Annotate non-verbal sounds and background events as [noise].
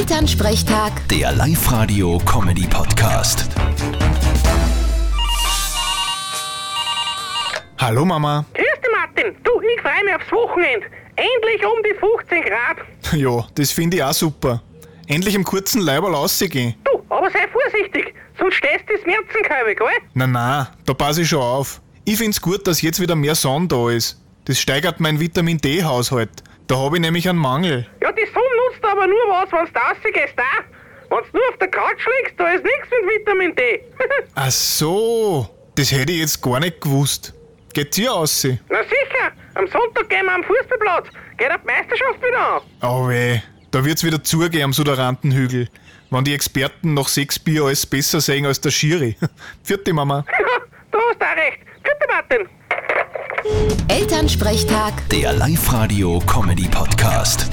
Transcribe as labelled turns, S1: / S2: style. S1: Elternsprechtag,
S2: Der Live-Radio-Comedy-Podcast.
S3: Hallo Mama. [laughs]
S4: Grüß dich, Martin. Du, ich freue mich aufs Wochenende. Endlich um die 15 Grad.
S3: Ja, das finde ich auch super. Endlich im kurzen Leiberl rausgehen.
S4: Du, aber sei vorsichtig, sonst stehst du ins Märzenkalbe, gell?
S3: Na na, da passe ich schon auf. Ich find's gut, dass jetzt wieder mehr Sonne da ist. Das steigert meinen Vitamin D-Haushalt. Da habe ich nämlich einen Mangel.
S4: Ja, die Sonne nutzt aber nur was, wenn du rausgehst, auch. Wenn du nur auf der Couch liegst, da ist nichts mit Vitamin D. [laughs]
S3: Ach so, das hätte ich jetzt gar nicht gewusst. Geht's hier aus?
S4: Na sicher, am Sonntag gehen wir am Fußballplatz. Geht ab Meisterschaft wieder an. [laughs]
S3: Oh weh, da wird's wieder zugehen am Suderantenhügel. Wenn die Experten nach sechs Bier alles besser sehen als der Schiri. [laughs] Vierte Mama.
S4: du hast auch recht. Grüß dich, Martin.
S1: Elternsprechtag.
S2: Der Live-Radio-Comedy-Podcast.